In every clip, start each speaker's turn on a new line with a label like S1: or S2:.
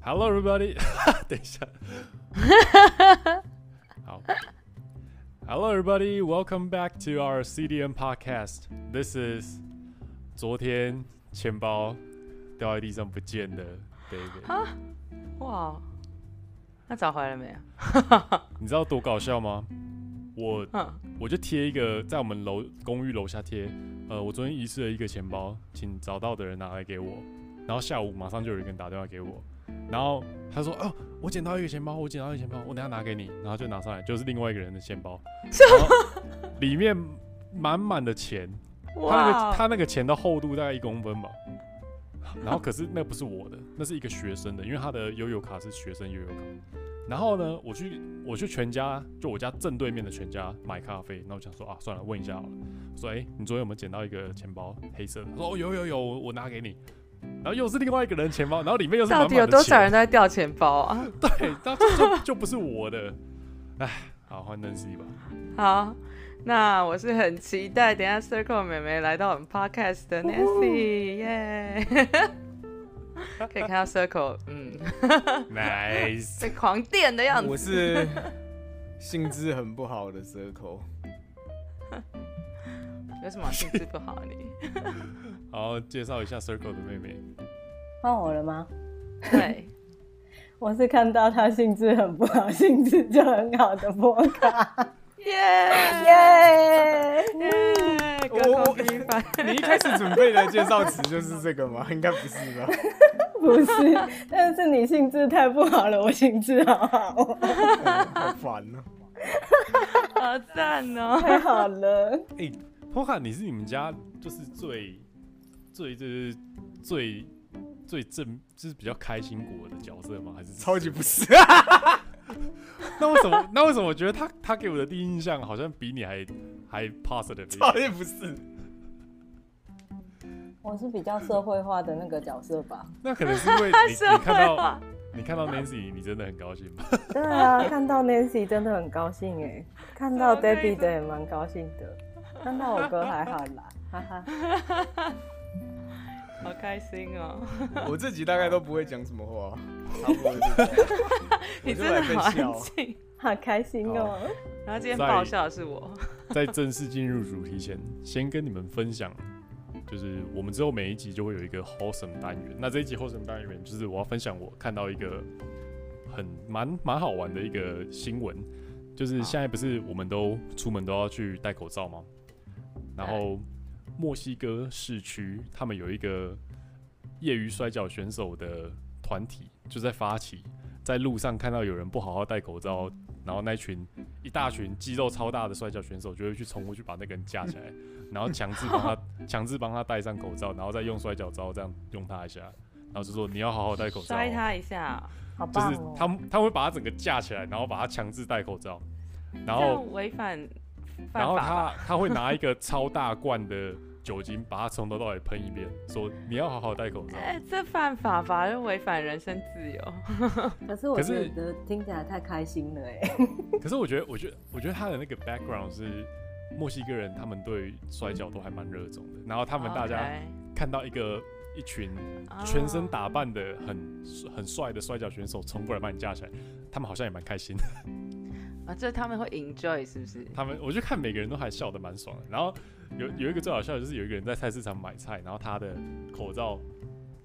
S1: Hello, everybody！等一 下，好。Hello, everybody! Welcome back to our CDM podcast. This is 昨天钱包掉在地上不见的 David。
S2: 哇，那找回来了没啊有？
S1: 你知道多搞笑吗？我
S2: 嗯，
S1: 我就贴一个在我们楼公寓楼下贴，呃，我昨天遗失了一个钱包，请找到的人拿来给我。然后下午马上就有一个人打电话给我，然后他说：“哦，我捡到一个钱包，我捡到一个钱包，我等一下拿给你。”然后就拿上来，就是另外一个人的钱包，然后里面满满的钱，他那
S2: 哦
S1: 个他那个钱的厚度大概一公分吧。然后可是那不是我的，那是一个学生的，因为他的悠游卡是学生悠游卡。然后呢，我去我去全家，就我家正对面的全家买咖啡。那我想说啊，算了，问一下好了。我说哎、你昨天有没有捡到一个钱包，黑色的？他说哦，有有有，我我拿给你。然后又是另外一个人的钱包，然后里面又是满
S2: 到
S1: 满
S2: 底
S1: 的
S2: 有多少
S1: 钱
S2: 人都在掉钱包啊？
S1: 对，那就就就不是我的。哎，好换 Nancy 吧。
S2: 好，那我是很期待等一下 Circle 妹妹来到我们 Podcast 的 Nancy，耶！ 可以看到 Circle，嗯，
S1: Nice，
S2: 被狂电的样
S3: 我
S2: 子。
S3: 是性质很不好的蛇口，
S2: 有什么兴致不好啊你？
S1: 好介绍一下 Circle 的妹妹。
S4: 换我了吗？
S2: 对，
S4: 我是看到他兴致很不好， 兴致就很好的波卡，
S2: 耶
S4: 耶！
S2: 耶，隔空
S3: 我我
S2: 比反。
S3: 你一开始准备的介绍词就是这个吗？ 应该不是吧？
S4: 不是，但是你兴致太不好了，我兴致好好，
S3: 好烦哦、
S2: 好赞哦！
S4: 太好了。
S1: 哎、p o k a 你是你们家就是最最就是最最正，就是比较开心果的角色吗？还是
S3: 超级不是。
S1: 那为什么？那为什么我觉得他他给我的第一印象好像比你还还 positive？一
S3: 超
S1: 点
S3: 级不是，
S4: 我是比较社会化的那个角色吧？
S1: 那可能是因 为你
S2: 社
S1: 你
S2: 会
S1: 看到
S2: 化
S1: 你看到 Nancy，你真的很高兴吗？
S4: 对啊，看到 Nancy 真的很高兴哎，看到
S2: 怎么可以
S4: Debbie 的也蛮高兴的，看到我哥还好啦， 哈哈。
S2: 好开心哦！
S3: 我自己大概都不会讲什么话，差不多是这样。
S2: 你
S3: 我就
S2: 真的
S3: 来
S2: 好
S3: 分析
S2: 安
S3: 哦
S2: 静。
S4: 好开心哦！
S2: 然后今天
S1: 在
S2: 爆笑的是我，
S1: 在正式进入主题前，先跟你们分享，就是我们之后每一集就会有一个 wholesome 单元。那这一集 wholesome 单元就是我要分享我看到一个很蛮蛮好玩的一个新闻，就是现在不是我们都出门都要去戴口罩吗？然后墨西哥市区他们有一个业余摔跤选手的团体，就在发起，在路上看到有人不好好戴口罩，然后那群一大群肌肉超大的摔跤选手就会去冲过去把那个人架起来，然后强制帮 他强制帮他戴上口罩，然后再用摔跤招这样用他一下，然后就说你要好好戴口罩哦、
S2: 摔他一下，
S4: 好
S1: 就
S4: 棒
S1: 是
S4: 哦！
S1: 他们他们会把他整个架起来，然后把他强制戴口罩，然
S2: 这
S1: 后
S2: 样违反犯
S1: 然后
S2: 法吧。
S1: 他他会拿一个超大罐的酒精把他从头到尾喷一遍，说你要好好戴 口罩。
S2: 哎、这犯法吧？又违反人身自由。
S4: 可是我
S1: 可是
S4: 觉得听起来太开心了哎。
S1: 可是我觉得我觉得我觉得他的那个 background 是墨西哥人，他们对摔跤都还蛮热衷的，然后他们大家
S2: OK
S1: 看到一个一群
S2: 哦
S1: 全身打扮的很很帅的摔跤选手冲过来把你架起来，他们好像也蛮开心的。
S2: 啊，这他们会 enjoy 是不是？
S1: 他们我就看每个人都还笑得蛮爽的。然后有有一个最好笑的就是有一个人在菜市场买菜，然后他的口罩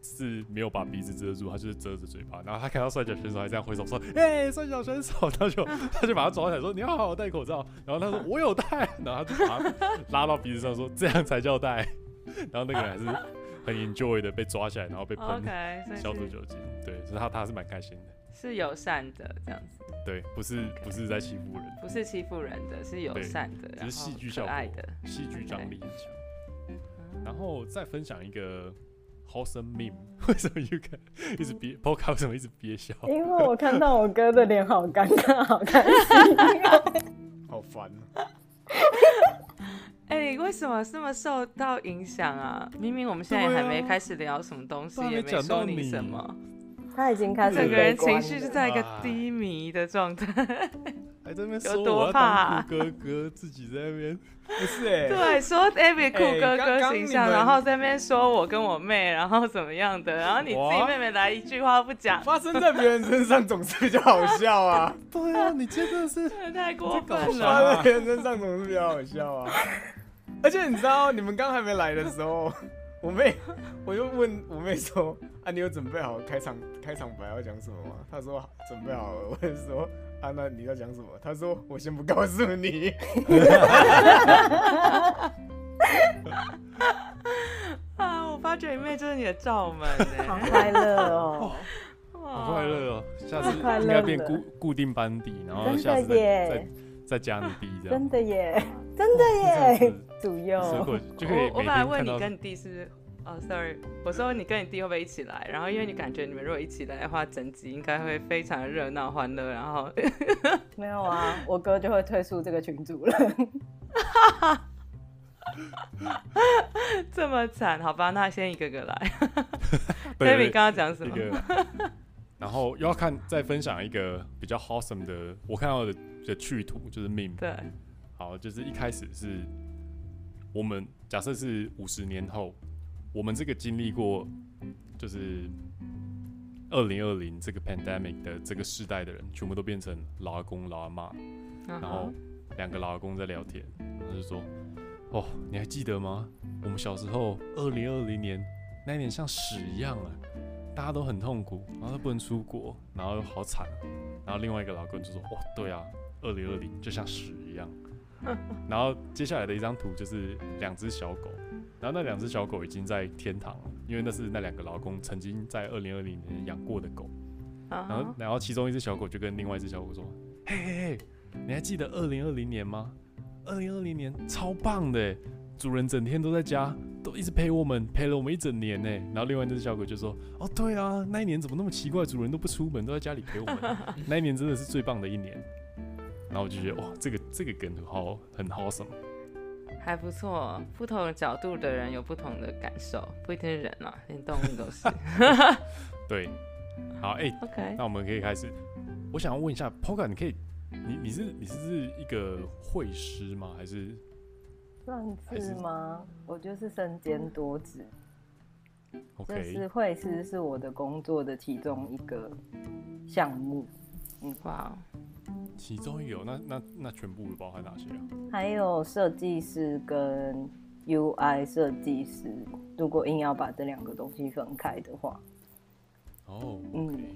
S1: 是没有把鼻子遮住，他就是遮着嘴巴。然后他看到摔跤选手还这样挥手说：“哎、摔跤选手！” 他就他就把他抓起来说：“你要好好戴口罩。”然后他说：“我有戴。”然后他就把他拉到鼻子上说：“这样才叫戴。”然后那个人还是很 enjoy 的被抓起来，然后被喷
S2: 哦 OK，所以
S1: 消毒
S2: 是
S1: 酒精。对，所以他他还是蛮开心的。
S2: 是友善的这样子，
S1: 对，不是不是在欺负人，
S2: 不是欺负人的，是友
S1: 对
S2: 善的，
S1: 只
S2: 然
S1: 是
S2: 后
S1: 戏剧效
S2: 可
S1: 果
S2: 爱的。
S1: 戏剧张力很强。
S2: 嗯
S1: 然后再分享一个 wholesome meme，为什么 you can 一直憋 p o k a 为什么一直憋笑？
S2: 嗯
S4: 因为我看到我哥的脸好尴尬，好开心。
S3: 好烦哦、
S2: 哎、你为什么这么受到影响啊？明明我们现在
S1: 对啊
S2: 还没开始聊什么东西，
S1: 都还没
S2: 也没
S1: 讲到
S2: 说
S1: 你
S2: 什么。
S4: 他已经开始
S2: 整个人情绪
S4: 悲
S2: 是在
S4: 观了
S2: 一个
S1: 啊
S2: 低迷的状态。
S1: 还在那边
S2: 有
S1: 说
S2: 多
S1: 我要
S2: 怕
S1: 当酷哥哥，自己在那边
S3: 不是哎、
S2: 对，说 Abby 酷
S1: 哎
S2: 哥
S3: 刚
S2: 哥
S3: 刚
S2: 形
S3: 你
S2: 象，
S3: 们
S2: 然后在那边说我跟我妹，然后怎么样的，然后你自己
S1: 哇
S2: 妹妹来一句话不讲，
S3: 发生在别人身上总是比较好笑啊，
S1: 对啊，你真的 是
S2: 真的太过
S1: 搞
S2: 分
S1: 啥
S2: 了。
S3: 发生在别人身上总是比较好笑啊。而且你知道，你们刚还没来的时候， 我妹我就问我妹说：“啊，你有准备好开场开场白要讲什么吗？”她说：“准备好了。”我就说：“啊，那你要讲什么？”她说：“我先不告诉你。
S2: 啊！我发觉你妹就是你的罩门
S4: 好
S2: 哎、
S4: 快乐 哦！
S1: 好快乐哦，下次
S4: 快乐
S1: 应该变
S4: 了
S1: 固固定班底，然后
S4: 真的
S1: 下次再
S4: 耶
S1: 再再加你弟这样，
S4: 真的耶，真的耶，主佑，
S1: 所以就可以
S2: 我哦我
S1: 每天
S2: 本来问
S1: 看
S2: 你
S1: 到
S2: 跟你弟是不是，哦，sorry，我说你跟你弟会不会一起来？然后因为你感觉你们如果一起来的话，整集应该会非常热闹欢乐。然后
S4: 没有啊，我哥就会退出这个群组 了。
S2: 这么惨，好吧，那先一个个来。
S1: 对
S2: David 刚刚讲什
S1: 一
S2: 么？
S1: 个，然后又要看再分享一个比较 wholesome 的，我看到的的趣图就是 meme。
S2: 对，
S1: 好，就是一开始是我们假设是五十年后，我们这个经历过就是二零二零这个 pandemic 的这个世代的人，全部都变成老阿公、老阿妈，
S2: 然
S1: 然后两个老阿公在聊天，他就说：“哦，你还记得吗？我们小时候，二零二零年那一年像屎一样啊，大家都很痛苦，然后都不能出国，然后好惨。”啊然后另外一个老公就说：“哇，对啊，二零二零就像屎一样。”然后接下来的一张图就是两只小狗，然后那两只小狗已经在天堂了，因为那是那两个老公曾经在二零二零年养过的狗。
S2: 然
S1: 然后，然后其中一只小狗就跟另外一只小狗说：“嘿嘿嘿，你还记得二零二零年吗？二零二零年超棒的欸，主人整天都在家，都一直陪我们，陪了我们一整年呢。”然后另外那只小狗就说：“哦，对啊，那一年怎么那么奇怪？主人都不出门，都在家里陪我们，那一年真的是最棒的一年。”然后我就觉得哇，这个这个梗很好，很 awesome。
S2: 还不错，不同的角度的人有不同的感受，不一定是人啊，连动物都是。
S1: 对，好，哎、
S2: OK，
S1: 那我们可以开始。我想要问一下 Poga，你可以，你你是你是一个会师吗？还是
S4: 算是吗？我就是身兼多职，就
S1: OK？
S4: 是会师是我的工作的其中一个项目，
S2: 哇哦，
S1: 其中有那那那全部包含哪些啊？
S4: 还有设计师跟 UI 设计师。如果硬要把这两个东西分开的话，
S1: 哦，
S4: 嗯
S1: OK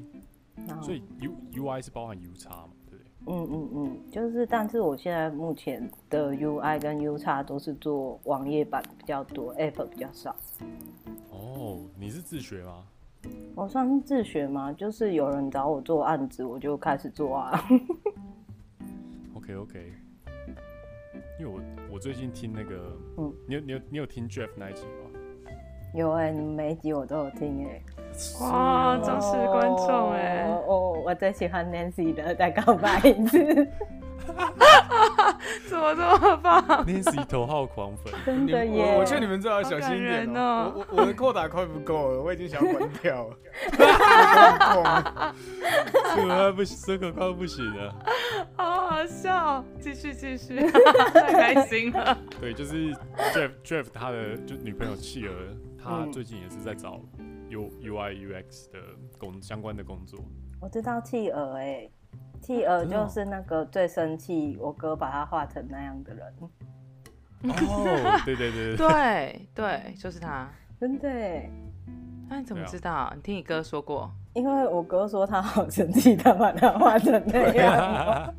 S4: 然后
S1: 所以 U U I 是包含 U 叉嘛，对不对？
S4: 嗯嗯嗯，就是，但是我现在目前的 UI 跟 U 叉都是做网页版比较多，App 比较少。
S1: 哦，你是自学吗？
S4: 我算是自学嘛，就是有人找我做案子，我就开始做啊。
S1: OK OK，因为我我最近听那个，
S4: 嗯
S1: 你有你有你有听 Jeff 那一集 吗？
S4: 有哎、你每一集我都有听哎、
S2: 哇，忠实观众哎、
S4: 哦哦，我最喜欢 Nancy 的，再告白一次，
S2: 怎么这么棒？
S1: Nancy 头号狂 粉，
S4: 真
S3: 你
S4: 的
S3: 们
S4: 耶！
S3: 我我劝你们最好小心一
S2: 哦好
S3: 点
S2: 感人哦
S3: 哦。我我我的扣打快不够了，我已经想要关掉了。我关 光
S1: 这个啊快不行，这个快不行了。
S2: 好好笑，继续继续， 太开心了。
S1: 对，就是 Jeff Jeff 他的就女朋友企鹅，他
S4: 嗯
S1: 最近也是在找 U U I U X 的工相关的工作。
S4: 我知道企鹅哎、企鹅
S1: 真的哦
S4: 就是那个最生气，我哥把他画成那样的人，
S1: 哦， 对对对对，
S2: 对对，就是他。
S4: 真的、欸。
S2: 那你怎么
S1: 对啊
S2: 知道？你听你哥说过。
S4: 因为我哥说他好生气，他把它画成那
S1: 啊
S4: 样，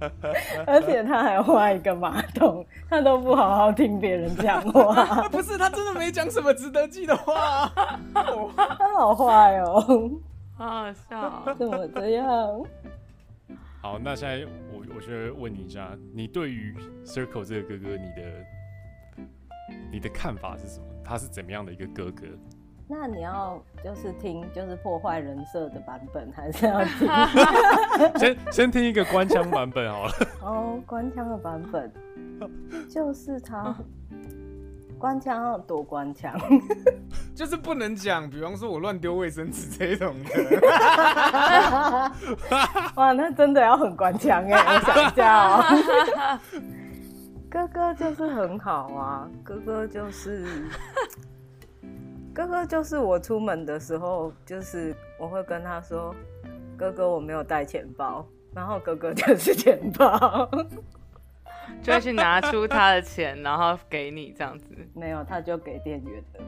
S4: 而且他还画一个马桶，他都不好好听别人讲话，
S3: 不是，他真的没讲什么值得记的话啊、
S4: 他好坏哦，
S2: 好好笑，
S4: 怎么这样？
S1: 好，那现在我我先问你一下，你对于 Circle 这个哥哥，你的你的看法是什么？他是怎么样的一个哥 哥？
S4: 那你要就是听就是破坏人设的版本，还是要听
S1: 先先听一个官腔版本好了。
S4: 哦官腔的版本？就是他官腔要多官腔，
S3: 就是不能讲，比方说我乱丢卫生纸这种的，
S4: 哇，那真的要很官腔哎、我想一下哦。哥哥就是很好啊，哥哥就是，哥哥就是我出门的时候，就是我会跟他说，哥哥我没有带钱包，然后哥哥就是钱包，
S2: 就会去拿出他的钱，然后给你这样子。
S4: 没有他就给店员的。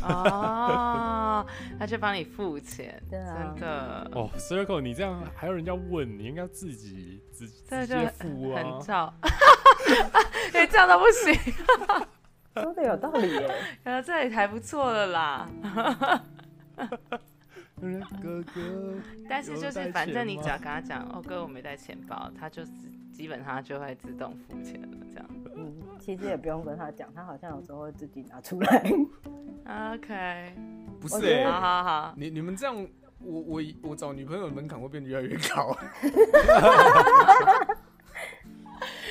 S2: 哦，他去帮你付钱，
S4: 对啊
S2: 真的，
S1: 哦，Circle，你这样还有人家问，你应该自己直
S2: 这
S1: 直
S2: 就
S1: 接付
S2: 很
S1: 啊
S2: 很。 吵，哎，这样都不行，
S4: 说的有道理耶、
S2: 呃，这里还不错了啦。
S1: 就是啊哥哥，
S2: 但是就
S1: 有带
S2: 是
S1: 钱
S2: 反正你
S1: 吗
S2: 只要跟他讲，哦哥，我没带钱包，他就自基本上就会自动付钱了，这样。
S4: 嗯，其实也不用跟他讲，他好像有时候会自己拿出来。
S2: OK，
S3: 不是
S4: 我觉
S3: 哎、
S4: 得
S2: 好好好，
S3: 你你们这样，我我我找女朋友的门槛会变得越来越高。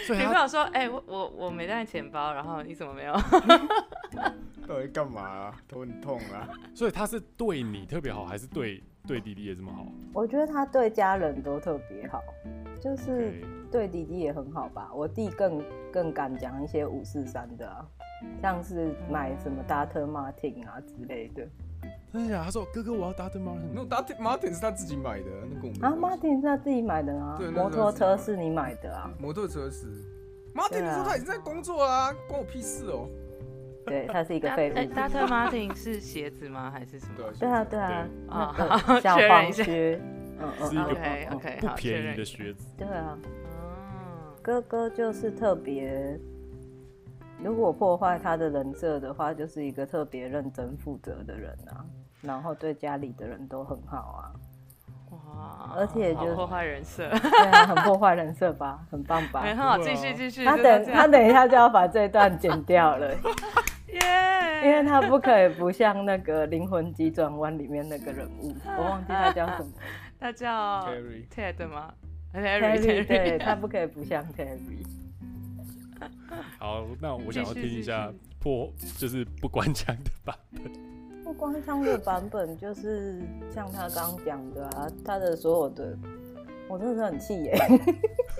S1: 所以
S2: 女朋
S1: 他
S2: 友说，哎、我我我没带钱包，然后你怎么没有？
S3: 到底干嘛、啊？头很痛啊！
S1: 所以他是对你特别好，还是对对弟弟也这么好？
S4: 我觉得他对家人都特别好，就是。
S1: OK
S4: 对弟弟也很好吧？我弟更更敢讲一些五四三的啊，像是
S3: 嗯
S4: 买什么大特 Martin 啊之类的
S1: 真的假的？他说哥哥，我要搭 a 猫
S2: 嗯
S3: 那
S1: 很。
S3: 打 Martin 是他自己买的，那跟我
S4: 啊
S3: 们
S4: ，Martin 是他自己买的啊
S3: 对，那
S4: 摩
S3: 是他
S4: 托
S3: 自己买
S4: 车
S3: 的
S4: 是你买 的啊，
S3: 摩托车是 Martin，、
S4: 对啊
S3: 你说他已经在工作啦、关我屁事哦、
S4: 对，他是一个
S2: 大
S4: 废
S2: 哎
S4: 物。
S2: 大特 Martin 是鞋子吗？还是什
S3: 对
S2: 么
S3: 啊？
S4: 对啊，对啊，
S2: 啊
S4: 那个小
S2: 确认一
S4: 黄
S2: 下
S4: 靴，嗯嗯
S1: 是一
S4: 嗯
S1: 个
S2: ，OK
S4: 嗯
S2: OK，
S1: 不
S2: 好，确
S1: 便
S2: 认
S1: 宜
S2: 一
S1: 的
S2: 下。
S1: 靴子，
S4: 对啊，
S2: 哦
S4: 哥哥就是特别，如果破坏他的人设的话，就是一个特别认真负责的人啊，然后对家里的人都很好啊。
S2: 嗯
S3: 哦
S2: 哇，
S4: 而且
S2: 好
S4: 就是
S2: 破坏人设，
S4: 对啊，很破坏人设吧，很棒吧？
S2: 很好，
S1: 不会啊
S2: 继续继续。
S4: 他
S2: 就
S4: 等
S2: 这
S4: 他
S2: 样
S4: 等一下就要把这一段剪掉了，因为
S2: 耶，
S4: 他不可以不像那个《灵魂急转弯》里面那个人物，我忘记他叫 什么
S2: 他叫
S3: Terry
S2: Ted 吗
S4: Terry，对
S2: 啊 Terry，
S4: 他不可以不像 Terry。
S1: 好，那我想要
S2: 继
S1: 听一
S2: 续继
S1: 下
S2: 续
S1: 破，就是不关枪的吧。
S4: 不光枪的版本就是像他刚刚讲的啊，他的所有的，我真的是很气耶、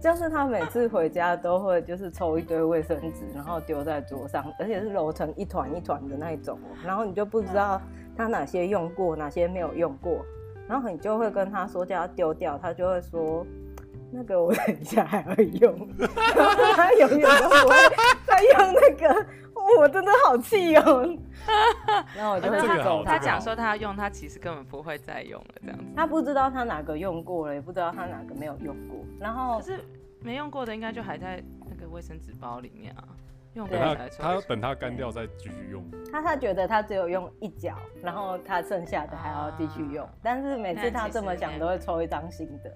S4: 就是他每次回家都会就是抽一堆卫生纸，然后丢在桌上，而且是揉成一团一团的那一种哦、然后你就不知道他哪些用过，哪些没有用过，然后你就会跟他说叫他丢掉，他就会说。那个我等一下还会用， 然后他永远都不会再用那个，我真的好气哦。那我就会
S1: 啊这
S4: 去
S1: 个好
S4: 揍
S2: 他
S1: 哦这个好
S2: 讲说他要用，他其实根本不会再用了，这样子。
S4: 他不知道他哪个用过了，也不知道他哪个没有用过。然后
S2: 可是没用过的应该就还在那个卫生纸包里面啊，用过
S1: 等
S4: 对
S1: 他
S2: 才
S1: 他要
S2: 抽。
S1: 等他干掉再继续用。
S4: 他他觉得他只有用一角，然后他剩下的还要继续用。
S2: 啊
S4: 但是每次他这么
S2: 那其
S4: 讲，
S2: 实
S4: 都会抽一张新的。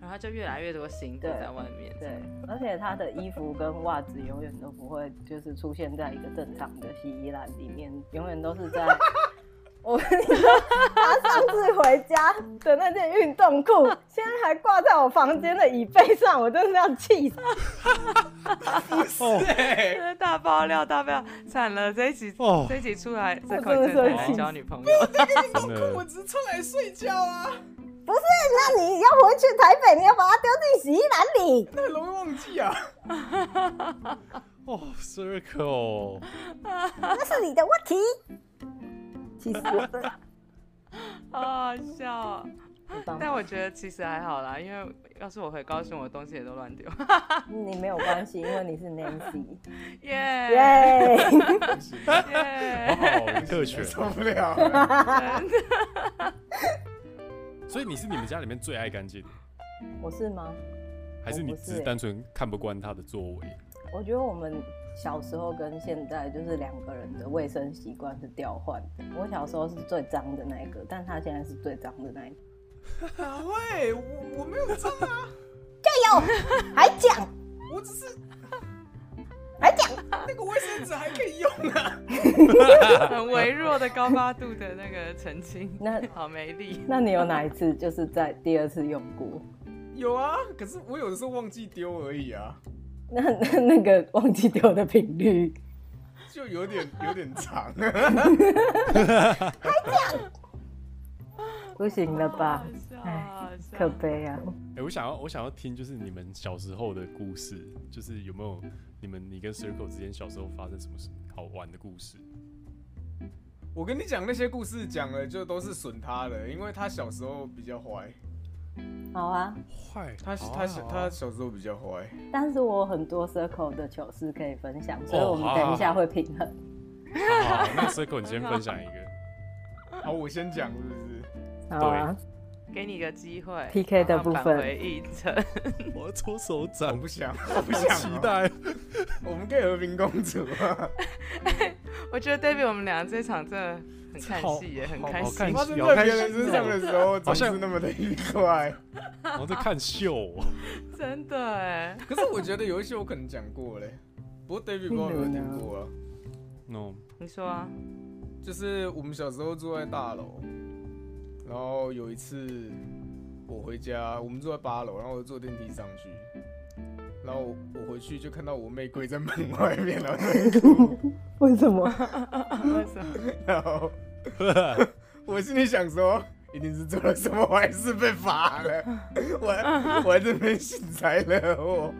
S2: 然后就越来越多新的
S4: 对
S2: 在外面。这
S4: 对
S2: 样，
S4: 而且他的衣服跟袜子永远都不会就是出现在一个正常的洗衣篮里面，永远都是在 我跟你说，他上次回家的那件运动裤，现在还挂在我房间的椅背上，我真是要气死。
S1: 哦
S2: 真的大爆料大爆料，惨了！这一集
S1: 哦
S2: 这一集出来，这
S4: 真
S2: 块
S4: 的
S2: 真的
S4: 生
S2: 来
S4: 气
S2: 交女朋友。
S1: 真
S3: 我
S1: 的，
S3: 只是穿来睡觉啊，
S4: 不是，那你要回去台北，你要把它丢进洗衣篮里。
S3: 那很容易忘记啊。
S1: 哦，Circle，
S4: 那是你的问题。其实我真的
S2: 好好笑哦、
S4: 很棒
S2: 但我觉得其实还好啦，因为要是我回高雄，我东西也都乱丢。
S4: 你没有关系，因为你是 Nancy。
S2: 耶耶
S4: 耶、
S1: 好 好特 权。
S3: 受不了啊了，
S1: 所以你是你们家里面最爱干净，
S4: 我是吗？
S1: 还是你只是单纯看不惯他的作为？
S4: 我觉得我们小时候跟现在就是两个人的卫生习惯是调换的。我小时候是最脏的那一个，但他现在是最脏的那一个。
S3: 哪位？我我没有脏啊，
S4: 还讲
S3: 我只是
S4: 还讲，
S3: 那个卫生纸还可以用啊。
S2: 很微弱的高八度的那个澄清，
S4: 那
S2: 好没力。
S4: 那你有哪一次就是在第二次用过？
S3: 有啊，可是我有的时候忘记丢而已啊，
S4: 那那那个忘记丢的频率，
S3: 就有点有点长。
S4: 不行了吧？
S2: 哎，
S4: 可悲啊！
S1: 哎、我想要我想要听就是你们小时候的故事，就是有没有你们你跟 Circle 之间小时候发生什么事好玩的故事？
S3: 我跟你讲那些故事讲了，就都是损他的，因为他小时候比较坏，哦
S4: 好啊，
S1: 坏，
S3: 他
S1: 好啊
S3: 他
S1: 好啊
S3: 他小时候比较坏。
S4: 但是我有很多 circle 的糗事可以分享，所以
S1: 哦
S4: 我们
S1: 好
S4: 等
S1: 好
S4: 一下
S1: 好
S4: 会平衡。
S1: 好好好那 Circle 你先分享一个，
S3: 好，啊我先讲是不是？
S4: 好啊
S2: 给你个机会
S4: PK 的部
S2: 让返
S4: 分，
S2: 回忆城。
S1: 我要搓手
S3: 我
S1: 掌，
S3: 不想，嗯 我
S1: 不
S3: 不想、啊
S1: 期待。
S3: 我们可以和平共处 啊！
S2: 我觉得 David 我们俩这场真的很看戏耶，很
S1: 好
S2: 看
S1: 好看
S2: 戏。
S3: 发生在别人身上的时候，
S1: 好
S3: 总
S1: 像
S3: 是那么的愉快。
S1: 我在看秀哦、
S2: 真的哎，
S3: 可是我觉得有一些我可能讲过嘞，不过 David 不知道有没有听过啊？
S1: no，
S2: 你说 啊，
S3: 就是我们小时候住在大楼，然后有一次我回家，我们住在八楼，然后我就坐电梯上去，然后我我回去就看到我妹跪在门外面，然后在哭，
S4: 为什么？
S2: 为什么？
S3: 然后 我心里想说。一定是做了什么坏事被罚了， 我还我还真被幸灾乐祸。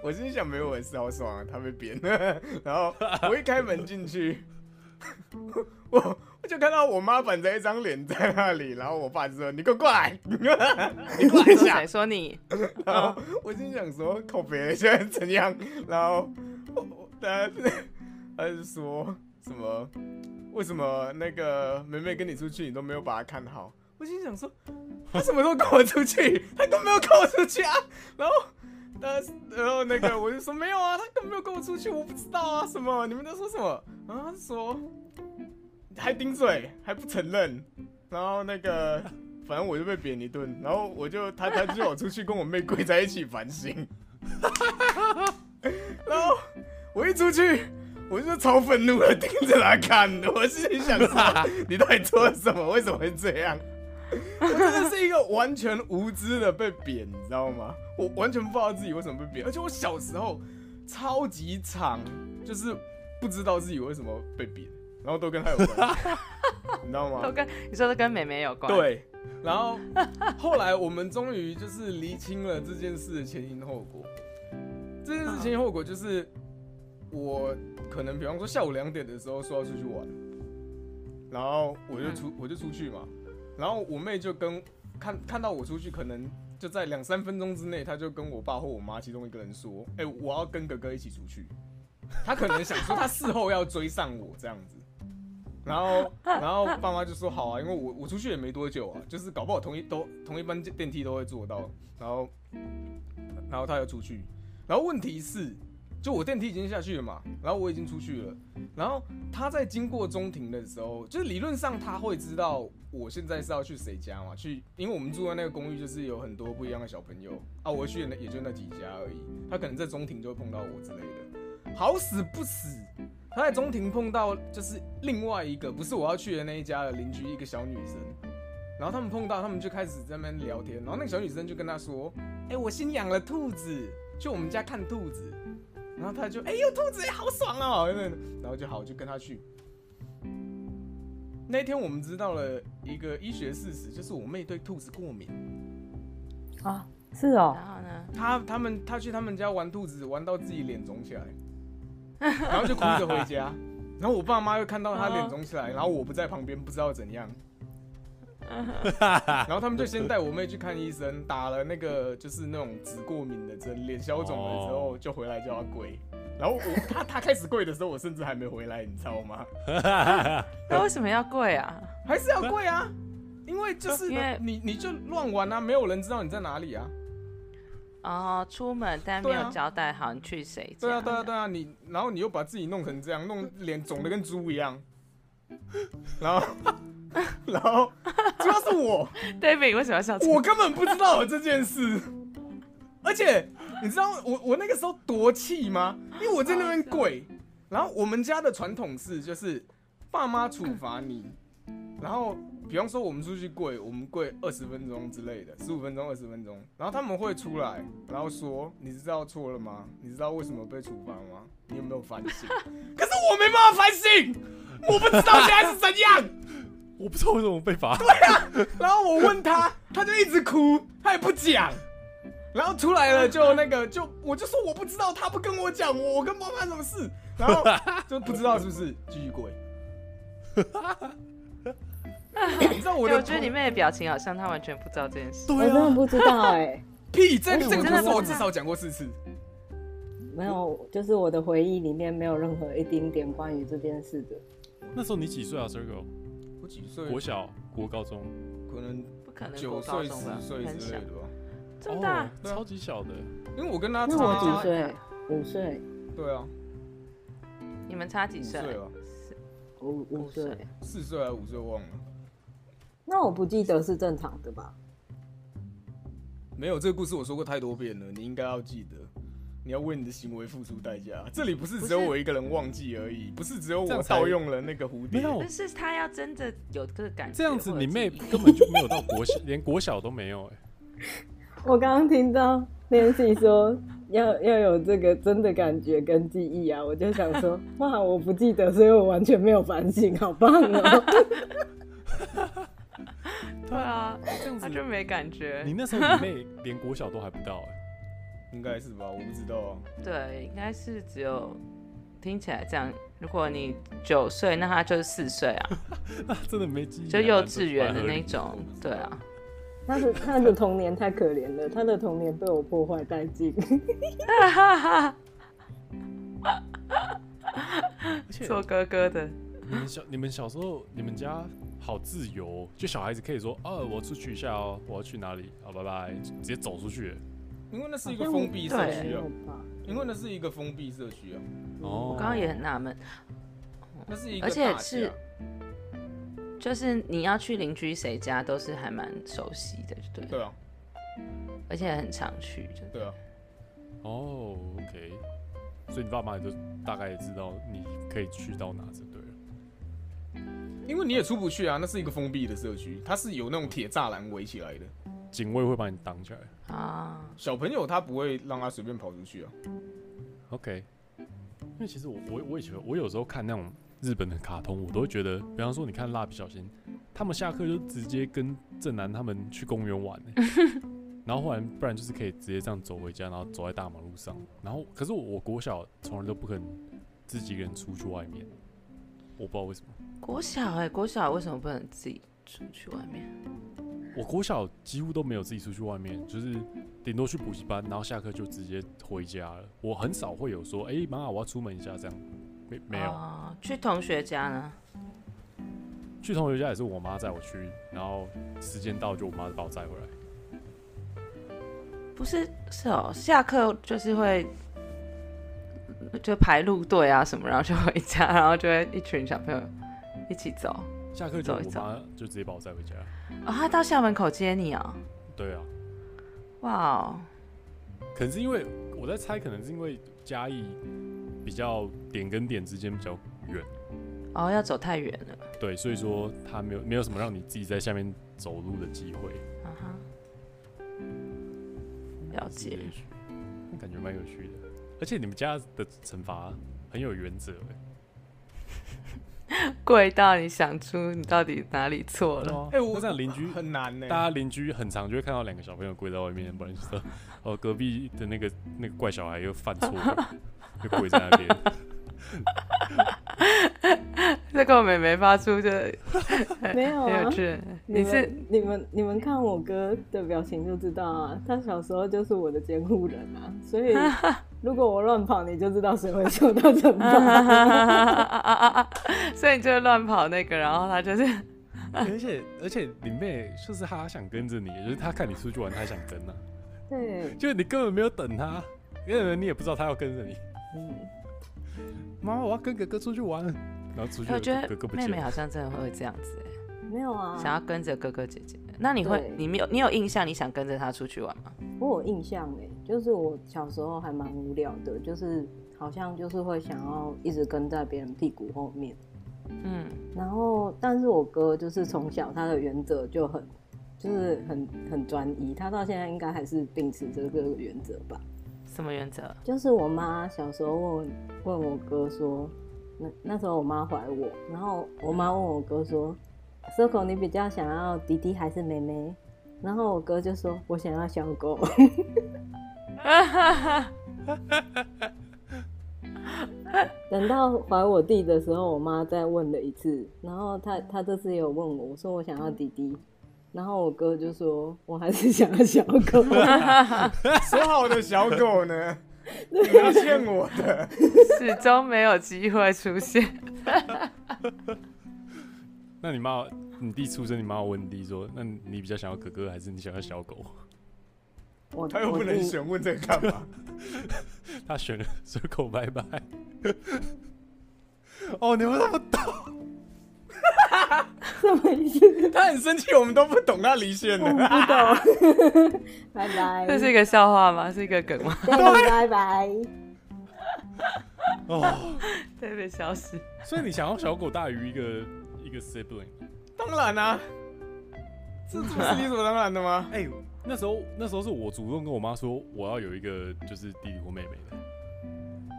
S3: 我心里想没有我的事，好爽啊，他被扁了。 然后我一开门进去， 我我就看到我妈板着一张脸在那里，然后我爸就说：“你给我过来， 你过来一
S2: 说
S3: 下
S2: 谁。说你？”
S3: 然后我心想说：“靠别现在怎样？”然后我我他他就说什么？为什么那个梅梅跟你出去，你都没有把她看好？我心想说，她什么时候跟我出去？她都没有跟我出去啊！然后。呃，然后那个我就说没有啊，她根本没有跟我出去，我不知道啊，什么？你们在说什么？然后他就说还顶嘴，还不承认，然后那个反正我就被扁一顿，然后我就他他叫我出去跟我妹跪在一起反省，然后我一出去。我就超愤怒的盯着他看，我心里想说：“你到底做了什么？为什么会这样？”我真的是一个完全无知的被扁，你知道吗？我完全不知道自己为什么被扁，而且我小时候超级长，就是不知道自己为什么被扁，然后都跟他有关系，你知道吗？
S2: 都跟你说都跟美美有关。，
S3: 对，然后后来我们终于就是厘清了这件事的前因后果。这件事前因后果就是，我可能比方说下午两点的时候说要出去玩，然后我就出、我就出去嘛，然后我妹就跟看看到我出去，可能就在两三分钟之内，她就跟我爸或我妈其中一个人说：“哎、我要跟哥哥一起出去。”她可能想说她事后要追上我这样子。然后， 然后爸妈就说好啊，因为我我出去也没多久啊，就是搞不好同一都同一班电梯都会坐到，然后，然后他又出去，然后问题是，就我电梯已经下去了嘛，然后我已经出去了，然后他在经过中庭的时候，就是理论上他会知道我现在是要去谁家嘛，去，因为我们住在那个公寓，就是有很多不一样的小朋友啊，我去的那也就那几家而已，他可能在中庭就会碰到我之类的，好死不死。他在中庭碰到就是另外一个不是我要去的那一家的邻居一个小女生，然后他们碰到，他们就开始在那边聊天，然后那个小女生就跟他说：“哎、我新养了兔子，去我们家看兔子。”然后他就：“哎、有兔子，好爽哦！”然后就好，就跟他去。那一天我们知道了一个医学事实，就是我妹对兔子过敏。
S4: 啊， 是哦，
S2: 然后呢？
S3: 他他们他去他们家玩兔子，玩到自己脸肿起来， 然后就哭着回家。然后我爸妈又看到他脸肿起来，
S2: 哦
S3: 然后我不在旁边，不知道怎 样。然后他们就先带我妹去看医生，打了那个就是那种纸过敏的针，脸消肿了之
S2: 哦
S3: 后就回来叫她跪。然后我他他开始跪的时候，我甚至还没回来，你知 道吗？
S2: 那为什么要跪啊？
S3: 还是要跪啊，因为就是
S2: 因为
S3: 你你就乱玩啊，没有人知道你在哪里啊。
S2: 哦，出门但没
S3: 对
S2: 有
S3: 啊
S2: 交代好你去谁家。
S3: 对啊，对啊，对啊，你然后你又把自己弄成这样，弄脸肿的跟猪一样， 然后 然后 主要是我，
S2: David 为什么要笑这个？
S3: 我根本不知道有这件事，而且你知道我我那个时候多气吗？因为我在那边跪，然后我们家的传统是就是爸妈处罚你，然后比方说我们出去跪，我们跪二十分钟之类的，十五分钟、二十分钟，然后他们会出来，然后说你知道错了吗？你知道为什么被处罚吗？你有没有反省？可是我没办法反省，我不知道现在是怎样。
S1: 我不知道为什么被罚，
S3: 然后我问他，他就一直哭，他也不讲。然后出来了就那个就我就说我不知道，他不跟我讲，我我跟妈妈什么事？然后就不知道是不是继续 跪。你知道我
S2: 哎我
S3: 的
S2: 觉得里面的表情好像他完全不知道这件事。
S1: 啊
S4: 我真的不知道哎、
S3: 屁，这这个
S2: 真的不
S3: 故事
S2: 知
S3: 我
S2: 道
S3: 至少讲过四次。
S4: 没有，就是我的回忆里面没有任何一丁点关于这件事的。
S1: 那时候你几岁啊，Circle？
S3: 我几岁？
S1: 国小、国高中，
S3: 可能
S2: 不可能
S3: 九
S2: 国高
S3: 岁、
S2: 中吧
S3: 十岁
S2: 很
S3: 之
S2: 小啊
S3: 类，的哦吧。
S2: 这么大
S1: 哦，超级小的。
S3: 因为我跟他
S4: 那
S3: 差
S4: 我几岁？五岁，
S3: 对啊，
S2: 你们差几
S3: 五
S2: 岁？
S3: 岁吧，
S4: 五五岁。
S3: 四岁还是五岁忘了。
S4: 那我不记得是正常的吧？
S3: 没有这个故事我说过太多遍了，你应该要记得。你要为你的行为付出代价。这里不是只有
S2: 不是
S3: 我一个人忘记而已，不是只有
S1: 这
S3: 我
S1: 样才
S3: 盗用了那个蝴蝶。
S1: 没有
S2: 但是他要真的有这个感觉，
S1: 哦这样子，
S2: 或者
S1: 你妹
S2: 记忆
S1: 根本就没有到国小， 连国小都没有哎、
S4: 我刚刚听到 Nancy 说 要要有这个真的感觉跟记忆啊，我就想说，哇，我不记得，所以我完全没有反省，好棒哦！
S2: 对啊，
S1: 这样子
S2: 他，就没感觉
S1: 你。那时候你妹连国小都还不到哎、
S3: 应该是吧？我不知道啊。
S2: 对，应该是只有听起来这样。如果你九岁，那他就是四岁啊，
S1: 那 真的没记忆啊，
S2: 就幼稚园
S1: 蛮
S2: 的
S1: 合理
S2: 那。种。对啊，
S4: 他的他的童年太可怜了，他的童年被我破坏殆尽。
S2: 啊
S1: 而且
S2: 做哥哥的，
S1: 你们小你们小时候，你们家好自由哦，就小孩子可以说，哦，我出去一下哦，我要去哪里，好，拜拜，直接走出去。
S3: 因为那 是一个封闭社
S2: 好像
S3: 区
S4: 没有
S3: 啊，
S4: 吧？
S3: 因为那是一个封闭社区啊，
S1: 哦，
S2: 我刚刚也很纳闷，
S3: 那是一个
S2: 而且
S3: 大
S2: 是
S3: 家
S2: 就是你要去邻居谁家都是还蛮熟悉的，对，
S3: 对啊，
S2: 而且很常去，就
S3: 对啊，
S1: 哦，OK，所以你爸妈也就大概也知道你可以去到哪就对了。
S3: 因为你也出不去啊，那是一个封闭的社区，它是有那种铁栅栏围起来的。
S1: 警卫会把你挡起来。
S2: 啊，
S3: 小朋友他不会让他随便跑出去啊。
S1: OK，因为其实我我我以前我有时候看那种日本的卡通，我都会觉得，比方说你看蜡笔小新，他们下课就直接跟正南他们去公园玩、欸然后后来不然就是可以直接这样走回家，然后走在大马路上。然后可是我我国小从来都不肯自己一个人出去外面，我不知道为什么。
S2: 国小哎、国小为什么不能自己出去外面？
S1: 我国小几乎都没有自己出去外面，就是顶多去补习班，然后下课就直接回家了。我很少会有说，哎、妈，我要出门一下这样，没没有。
S2: 哦去同学家呢？
S1: 去同学家也是我妈载我去，然后时间到就我妈把我载回来。
S2: 不是，是哦，下课就是会就排路队啊什么，然后就回家，然后就会一群小朋友一起走。
S1: 下课就
S2: 走一
S1: 我
S2: 走
S1: 妈就直接把我载回家。
S2: 哦，他到校门口接你哦，
S1: 对啊，
S2: 哇哦，
S1: 可能是因为我在猜，可能是因为嘉义比较点跟点之间比较远，
S2: 哦要走太远了，
S1: 对，所以说她没有没有什么让你自己在下面走路的机会。
S2: 啊哈，了解。
S1: 也许感觉蛮有趣的。而且你们家的惩罚很有原则、欸，
S2: 贵到你想出你到底哪里错了。
S1: 哎
S3: 哎，我
S1: 这样邻居，
S3: 很难呢、
S1: 大家邻居很常就会看到两个小朋友跪在外面，不然就说哦隔壁的那个那个怪小孩又犯 错了，就跪在那边。
S2: 这个我妹妹发出就
S4: 没有
S2: 很
S4: 啊
S2: 有，趣。
S4: 你
S2: 你是
S4: 们你们你们看我哥的表情就知道啊，他小时候就是我的监护人啊，所 以如果我乱跑，你就知道谁会受到惩罚。
S2: 所以你就乱跑那个，然后他就是
S1: 而且而且你妹就是她想跟着你，就是她看你出去玩，她想跟啊，
S4: 对，
S1: 就是你根本没有等她，因为你也不知道她要跟着你。
S4: 嗯，
S1: 妈妈，我要跟哥哥出去玩，然后出去
S2: 我觉
S1: 哥哥
S2: 得
S1: 不
S2: 妹
S1: 见
S2: 妹
S1: 了。
S2: 好像真的会这样子、欸，
S4: 没有啊，
S2: 想要跟着哥哥姐姐。那你会
S4: 对，
S2: 你没有，你有印象，你想跟着他出去玩吗？
S4: 我有印象哎，就是我小时候还蛮无聊的，就是好像就是会想要一直跟在别人屁股后面，
S2: 嗯，
S4: 然后但是我哥就是从小他的原则就很，就是很很专一，他到现在应该还是秉持着这个原则吧。
S2: 什么原 则？
S4: 就是我妈小时候问问我哥说，那那时候我妈怀我，然后我妈问我哥说，Circle 你比较想要弟弟还是妹妹？然后我哥就说，我想要小狗。等到怀我弟的时候，我妈再问了一次，然后她她这次也有问我，我说我想要弟弟，然后我哥就说我还是想要小狗。
S3: 说好的小狗 呢？你要骗我的，
S2: 始终没有机会出现。
S1: 那你妈，你弟出生，你妈有问你弟说，那你比较想要哥哥还是你想要小狗？
S4: 我
S3: 他又不
S4: 我
S3: 能
S4: 弟
S3: 选，问这个干嘛？
S1: 他选了 circle 拜 拜。哦，你们那么懂，
S4: 什么意思？
S3: 他很生气，我们都不懂他离线的。啊
S4: 拜拜，
S2: 这是一 个笑话吗？是一个梗吗
S4: David，拜拜。
S1: 哦，
S2: ？David 消失。
S1: 所以你想要小狗大于一个一个 sibling。
S3: 当然啦、这这不是理所当然的 吗？
S1: 哎、那时候那时候是我主动跟我妈说我要有一个就是弟弟或妹妹的。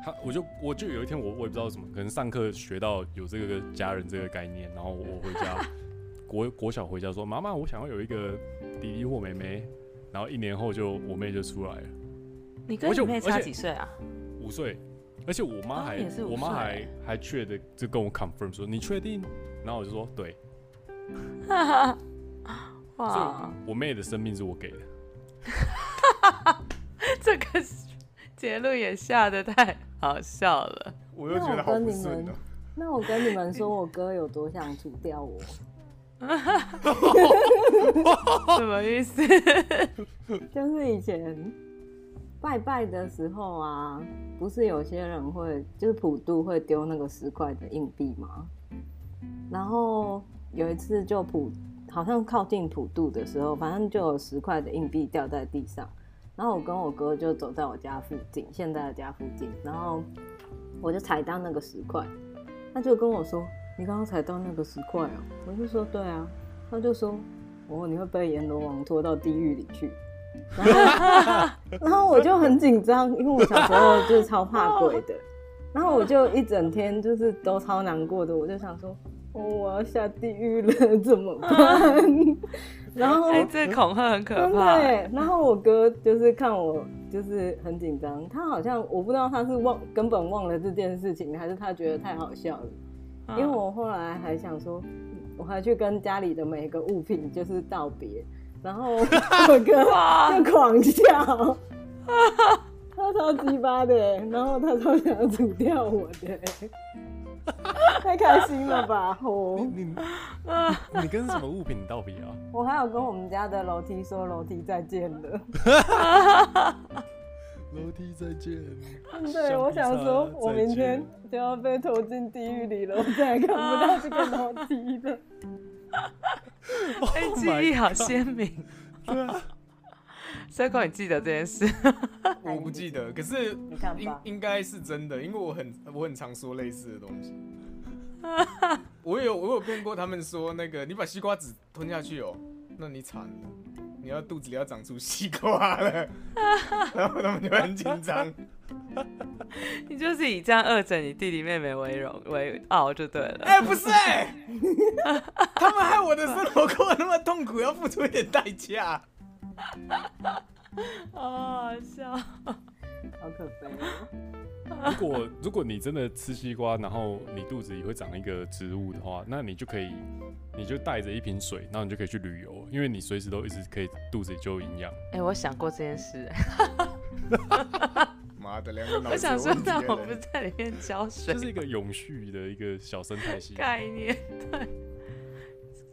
S1: 她我就我就有一天我我也不知道什么，可能上课学到有这个家人这个概念，然后我回家国国小回家说妈妈我想要有一个弟弟或妹妹，然后一年后就我妹就出来了，
S2: 你跟
S1: 我
S2: 你
S1: 就
S2: 妹
S1: 而
S2: 差
S1: 且
S2: 几岁啊？
S1: 五岁，而且我妈
S2: 哦
S1: 还、
S2: 也是五
S1: 我妈
S2: 岁
S1: 还还确的就跟我 confirm 说你确定？然后我就说对， 所
S2: 啊哇，
S1: 以我妹的生命是我给的。
S2: 这个是结论也下的太好笑了。
S3: 我又觉得好不顺哦、
S4: 那我跟你们说，我哥有多想除掉我？
S2: 什么意思？
S4: 就是以前拜拜的时候啊，不是有些人会就是普渡会丢那个十块的硬币吗？然后有一次就普好像靠近普渡的时候，反正就有十块的硬币掉在地上。然后我跟我哥就走在我家附近，现在的家附近，然后我就踩到那个石块，他就跟我说：“你刚刚踩到那个石块哦。”我就说：“对啊。”他就说：“哦，你会被阎罗王拖到地狱里去。”然后，然 后我就很紧张，因为我小时候就是超怕鬼的，然后我就一整天就是都超难过的，我就想说：“哦，我要下地狱了，怎么办？” 然后，
S2: 哎，这恐吓很可
S4: 真的
S2: 怕。
S4: 欸。然后我哥就是看我就是很紧张，他好像我不知道他是忘根本忘了这件事情，还是他觉得太好笑了。
S2: 嗯
S4: 因为我后来还想说，我还去跟家里的每一个物品就是道别，然后 我 哥就狂笑，他超鸡巴的欸，然后他超想要煮掉我的欸，太开心了吧！哦
S1: 哎你你你跟什么物品道别啊？
S4: 我还有跟我们家的楼梯说楼梯再见了。
S1: 楼梯再见。
S4: 对，我想说，我明天就要被投进地狱里了，我再也看不到这个楼梯了。
S1: Oh
S2: 哎，记忆 好鲜明。对啊，Circle，你记得这件事？
S3: 我不记得，可是
S4: 你看
S3: 应
S4: 吧，
S3: 应该是真的，因为我很我很常说类似的东西。我有我有骗过他们说那个你把西瓜籽吞下去哦，那你惨了，你要肚子里要长出西瓜了，然后他们就很紧张。
S2: 你就是以这样恶整你弟弟妹妹为荣为傲就对了。
S3: 哎、不是哎、他们害我的生活过得那么痛苦，要付出一点代价。
S2: 哦，好笑。
S4: 好可悲哦。
S1: 如果如果你真的吃西瓜，然后你肚子里会长一个植物的话，那你就可以，你就带着一瓶水，然后你就可以去旅游，因为你随时都一直可以肚子里就有营 养。
S2: 哎，我想过这件事，
S3: 妈的，两个脑
S2: 我
S3: 子有
S2: 想说
S3: 问，题
S2: 那
S3: 的
S2: 我不
S3: 人。
S2: 在里面浇水
S1: 这是一个永续的一个小生态系。
S2: 概念，对。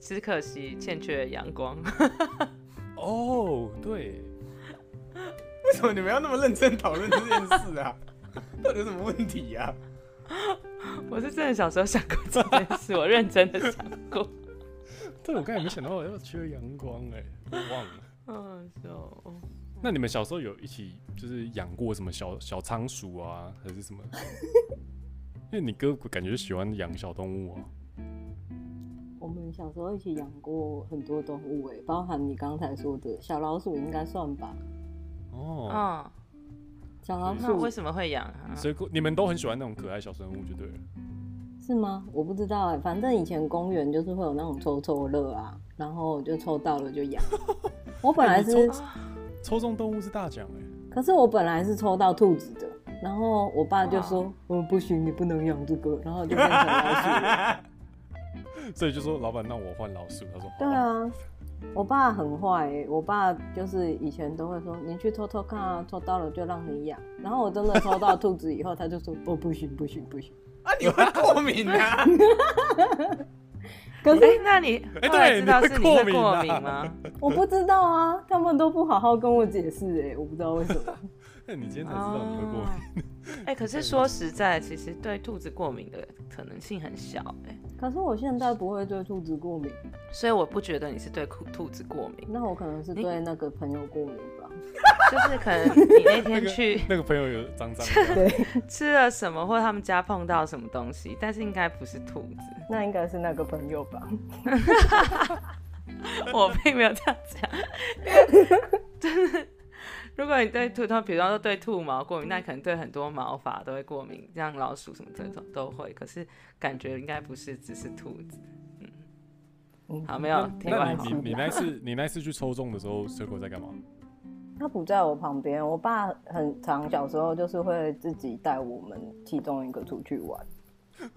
S2: 只可惜欠缺阳光。
S1: 哦，对，
S3: 为什么你们要那么认真讨论这件事啊？ 到底有什么问题呀、啊？
S2: 我是真的小时候想过这件事，我认真的 想过。
S1: 但我刚才没想到要缺阳光哎、我忘了。
S2: 嗯，
S1: 哦
S2: 就
S1: 那你们小时候有一起就是养过什么小小仓鼠啊，还是什 么？因为你哥感觉喜欢养小动物啊。
S4: 们小时候一起养过很多动物、欸，哎，包含你刚才说的小老鼠，应该算吧？
S1: 哦，
S2: 嗯，
S4: 小
S1: 嗯
S4: 老
S2: 那
S4: 鼠
S2: 为什么会养啊？
S1: 所以你们都很喜欢那种可爱小生物，就对了。
S4: 是吗？我不知道哎、反正以前公园就是会有那种抽抽乐啊，然后我就抽到了就养。啊我本来
S1: 哎你
S4: 是，
S1: 抽中动物是大奖哎、
S4: 可是我本来是抽到兔子的，然后我爸就说：“哦，不行，你不能养这个。”然后我就变成老鼠了。
S1: 所以就说老板让我换老鼠，他说好
S4: 对啊，我爸很坏欸、我爸就是以前都会说你去偷偷看啊，偷到了就让你养。然后我真的偷到兔子以后，他就说哦不行不行不行。
S3: 啊，你会过 敏啊？
S4: 可
S2: 哎、
S4: 是
S2: 那你
S1: 哎
S2: 后来
S1: 对
S2: 知道
S1: 你
S2: 是
S1: 会
S2: 你会
S1: 过敏
S2: 过
S1: 啊
S2: 敏吗？
S4: 我不知道啊，他们都不好好跟我解释哎、我不知道为什么。
S1: 那哎你今天才知道你会过敏。
S2: 哦，哎，可是说实在，其实对兔子过敏的可能性很小哎，
S4: 可是我现在不会对兔子过敏，
S2: 所以我不觉得你是 对兔兔子过敏，
S4: 那我可能是对那个朋友过敏吧。
S2: 就是可能你那
S1: 那
S2: 天
S1: 个
S2: 去
S1: 那个朋友有脏脏的，
S4: 对，
S2: 吃了什么，或他们家碰到什么东西，但是应该不是兔 子。
S4: 那应该是那个朋友吧。
S2: 我并没有这样 讲，因为就是如果你对兔，比方说对兔毛过敏，那你可能对很多毛发都会过敏，像老鼠什么这种都会。可是感觉应该不是只是兔子。
S4: 嗯
S2: 好没有
S4: 没
S2: 另
S1: 哦那
S2: 外
S4: 关
S2: 好
S1: 你
S4: 系
S1: 你你
S4: 啦
S1: 那次你那次去抽中的时候，Circle 在干嘛？
S4: 他不在我旁边，我爸很常小时候就是会自己带我们其中一个出去玩。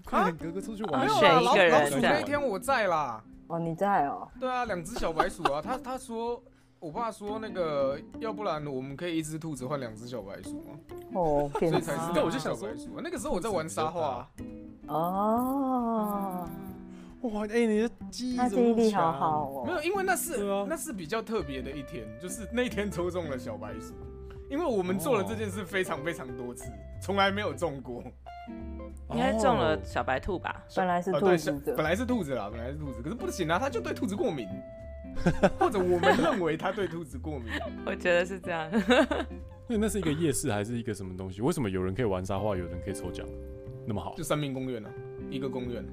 S1: 快点，哥哥出去玩
S2: 啊
S3: 没
S1: 一
S3: 有
S1: 下。
S2: 选
S3: 啊，
S2: 一
S3: 老
S2: 个人
S3: 老鼠
S2: 这样
S3: 那一天我在啦。
S4: 哦，你在哦？
S3: 对啊，两只小白鼠啊， 他他说。我爸说那个，要不然我们可以一只兔子换两只小白鼠吗？
S4: 哦，骗
S3: 所以
S4: 子
S3: 才是
S1: 对
S3: 两
S1: 我
S3: 只
S1: 就
S3: 小
S1: 想说
S3: 白鼠啊。那个时候我在玩沙画啊，
S4: 哦，
S2: 嗯
S1: 哇，哎、你的记忆
S4: 他
S1: 怎么那
S4: 记忆
S1: 么
S4: 力好
S1: 强
S4: 好
S3: 没
S4: 哦。
S3: 有，因为那是
S1: 对啊
S3: 那是比较特别的一天，就是那一天抽中了小白鼠，因为我们做了这件事非常非常多次，从来没有中过。
S2: 应该中了
S1: 哦
S2: 小白兔吧？
S4: 本来是
S2: 哦
S3: 呃
S4: 兔
S3: 对
S4: 子
S3: 小本
S4: 的，
S3: 来是兔子啦，本来是兔子，可是不行啊，他就对兔子过敏，或者我们认为他对兔子过敏，
S2: 我觉得是这
S1: 哦
S2: 样。
S1: 那那是一个夜市还是一个什么东西？为什么有人可以玩沙画，有人可以抽奖，那么好
S3: 就？三民公园啊，一个公园，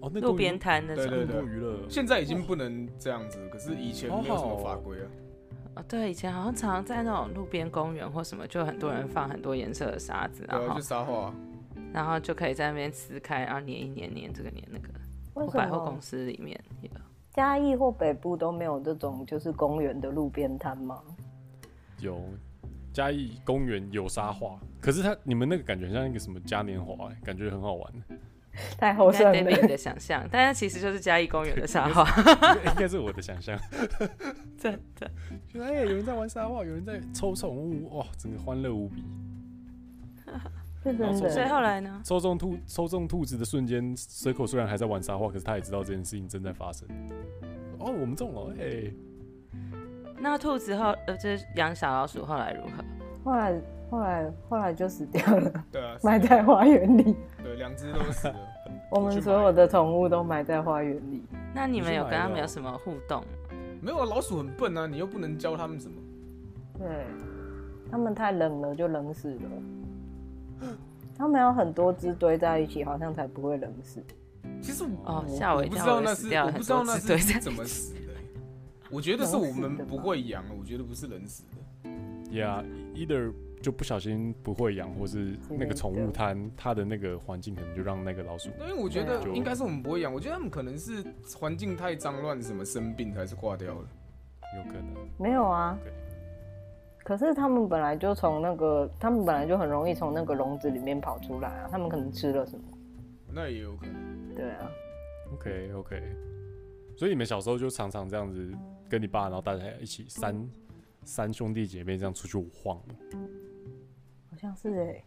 S1: 哦，那
S2: 路边
S1: 摊
S2: 摊那
S3: 对
S2: 种。
S1: 那么多娱乐，
S3: 现在已经不能这样子，可是以前没有什么法规啊。
S2: 哦，对，以前好像常常在那种路边公园或什么，就很多人放很多颜色的沙子，然
S3: 对啊，
S2: 后
S3: 就撒谎啊，
S2: 然后就可以在那边撕开，然后粘一粘粘这个粘那个。
S4: 为
S2: 我
S4: 什
S2: 百货公
S4: 么
S2: 司里面有。
S4: 嘉义或北部都没有这种就是公园的路边摊吗？
S1: 有嘉义公园有沙画，可是它你们那个感觉很像一个什么嘉年华、哎感觉很好玩。
S4: 太
S2: 应
S4: 后
S2: 该
S4: 生
S2: David
S4: 了，
S2: 的想象，但是其实就是嘉义公园 的沙画，
S1: 应该是我的想象。
S2: 真的。
S1: 就哎、有人在玩沙画，有人在抽宠物，哇，整个欢乐无比。
S4: 是真
S1: 对
S2: 哦所以
S4: 的。
S2: 后来呢？
S1: 抽中兔抽中兔子的瞬间，Circle 虽然还在玩沙画，可是他也知道这件事情正在发生。哦，我们中了，哎、
S2: 那兔子后呃，就是养小老鼠后来如何？
S4: 后来后来后来就死掉了，
S3: 对 啊，
S4: 埋在花园里。
S3: 对，两只都死了。
S4: 我们所有的宠物都埋在花园里。
S2: 那你们有跟他
S1: 你去买
S2: 们
S1: 的哦
S2: 有什么互动？
S3: 没有啊，老鼠很笨啊，你又不能教它们什么。
S4: 对，他们太冷了就冷死了。
S2: 嗯
S4: 他们有很多只堆在一起，好像才不会冷死。
S3: 其实我
S2: 哦，
S1: 我
S2: 吓
S3: 我
S2: 一
S3: 不知
S2: 跳，
S3: 道
S2: 我以为
S3: 那
S2: 死
S3: 是
S2: 掉
S3: 我
S2: 了
S3: 不
S2: 很
S3: 知道
S2: 多
S3: 那
S2: 只对
S3: 是
S2: 在
S3: 怎么
S2: 一起。
S3: 死的欸、我觉得是我们
S4: 人死的吧
S3: 不会养，啊我觉得不是人死的。
S1: ，Yeah，either 就不小心不会养，或是那个宠物摊它的那个环境可能就让那个老鼠。
S3: 因为我觉
S4: 对
S3: 得
S4: 啊
S1: 就
S3: 应该是我们不会养，我觉得他们可能是环境太脏乱，什么生病还是挂掉了。
S1: 有可能，
S4: 没有啊
S1: 对。
S4: 可是他们本来就从那个，他们本来就很容易从那个笼子里面跑出来啊。他们可能吃了什么？
S3: 那也有可能。
S4: 对啊，
S1: OK OK，所以你们小时候就常常这样子跟你爸，然后大家一起三三兄弟姐妹这样出去晃吗，
S4: 好像是哎、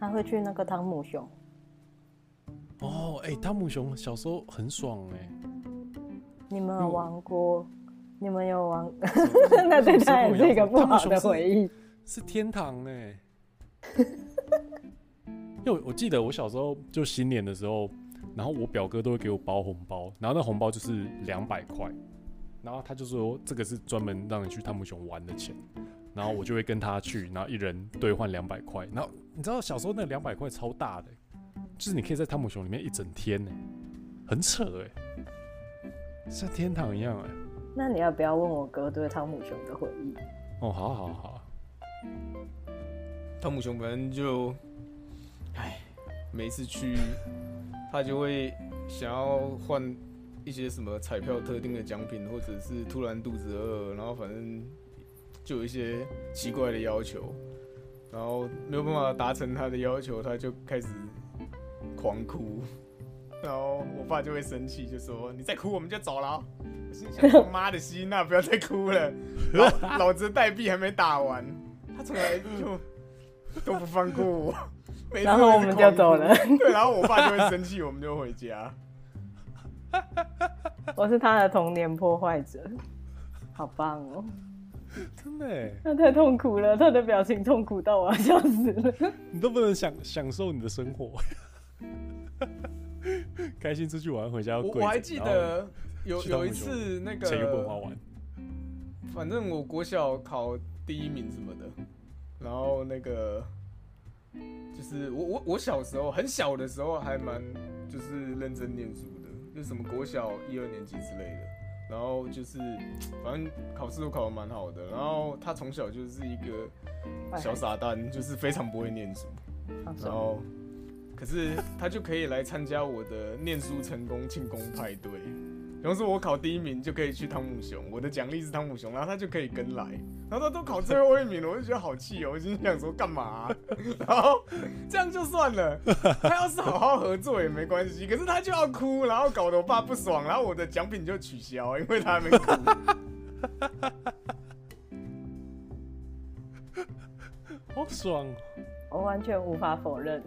S4: 他会去那个汤姆熊，
S1: 哦，哎、汤姆熊小时候很爽哎、
S4: 你们有
S1: 嗯
S4: 玩过？你们有玩？ 那对他也是一个不好的回忆。
S1: 是天堂哎、 因为我记得我小时候就新年的时候，然后我表哥都会给我包红包，然后那红包就是两百块，然后他就说这个是专门让你去汤姆熊玩的钱，然后我就会跟他去，然后一人兑换两百块，然后你知道小时候那两百块超欸大的欸、就是你可以在汤姆熊里面一整天呢、很扯哎、欸像天堂一样哎、
S4: 那你要不要问我哥对汤姆熊的回忆？
S1: 哦，好好好，
S3: 汤姆熊本身就，唉，每次去他就会想要换一些什么彩票特定的奖品，或者是突然肚子饿，然后反正就有一些奇怪的要求，然后没有办法达成他的要求，他就开始狂哭。然后我爸就会生气，就说：“你再哭我们就走了哦。”我心想：“他妈的希娜，不要再哭 了，老老子的代币还没打完。”他从来就 都不放过我。每次
S4: 然后我们就走了
S3: 都是狂哭。对，然后我爸就会生气，我们就回家。
S4: 我是他的童年破坏者，好棒哦！
S1: 真的哎，
S4: 他太痛苦了，他的表情痛苦到我要笑死了。
S1: 你都不能享享受你的生活， 开心出去玩回家要
S3: 我
S1: 跪着
S3: 我还记得有
S1: 去当
S3: 有一
S1: 英雄
S3: 次那
S1: 然后钱又不能花
S3: 个，
S1: 完，
S3: 反正我国小考第一名什么的，然后那个就是我我我小时候很小的时候还蛮就是认真念书的，就什么国小一二年级之类的。然后就是，反正考试都考得蛮好的。然后他从小就是一个
S4: 哎
S3: 小傻蛋，就是非常不会念书。
S4: 好爽
S3: 然后，可是他就可以来参加我的念书成功庆功派对。比方说，我考第一名就可以去汤姆熊，我的奖励是汤姆熊，然后他就可以跟来，然后他都考最后一名了，我就觉得好气哦，我心想说干嘛啊、然后这样就算 了，他要是好好合作也没关系，可是他就要哭，然后搞得我爸不爽，然后我的奖品就取消，因为他还没哭。
S1: 好爽哦。哦
S4: 我完全无法否认。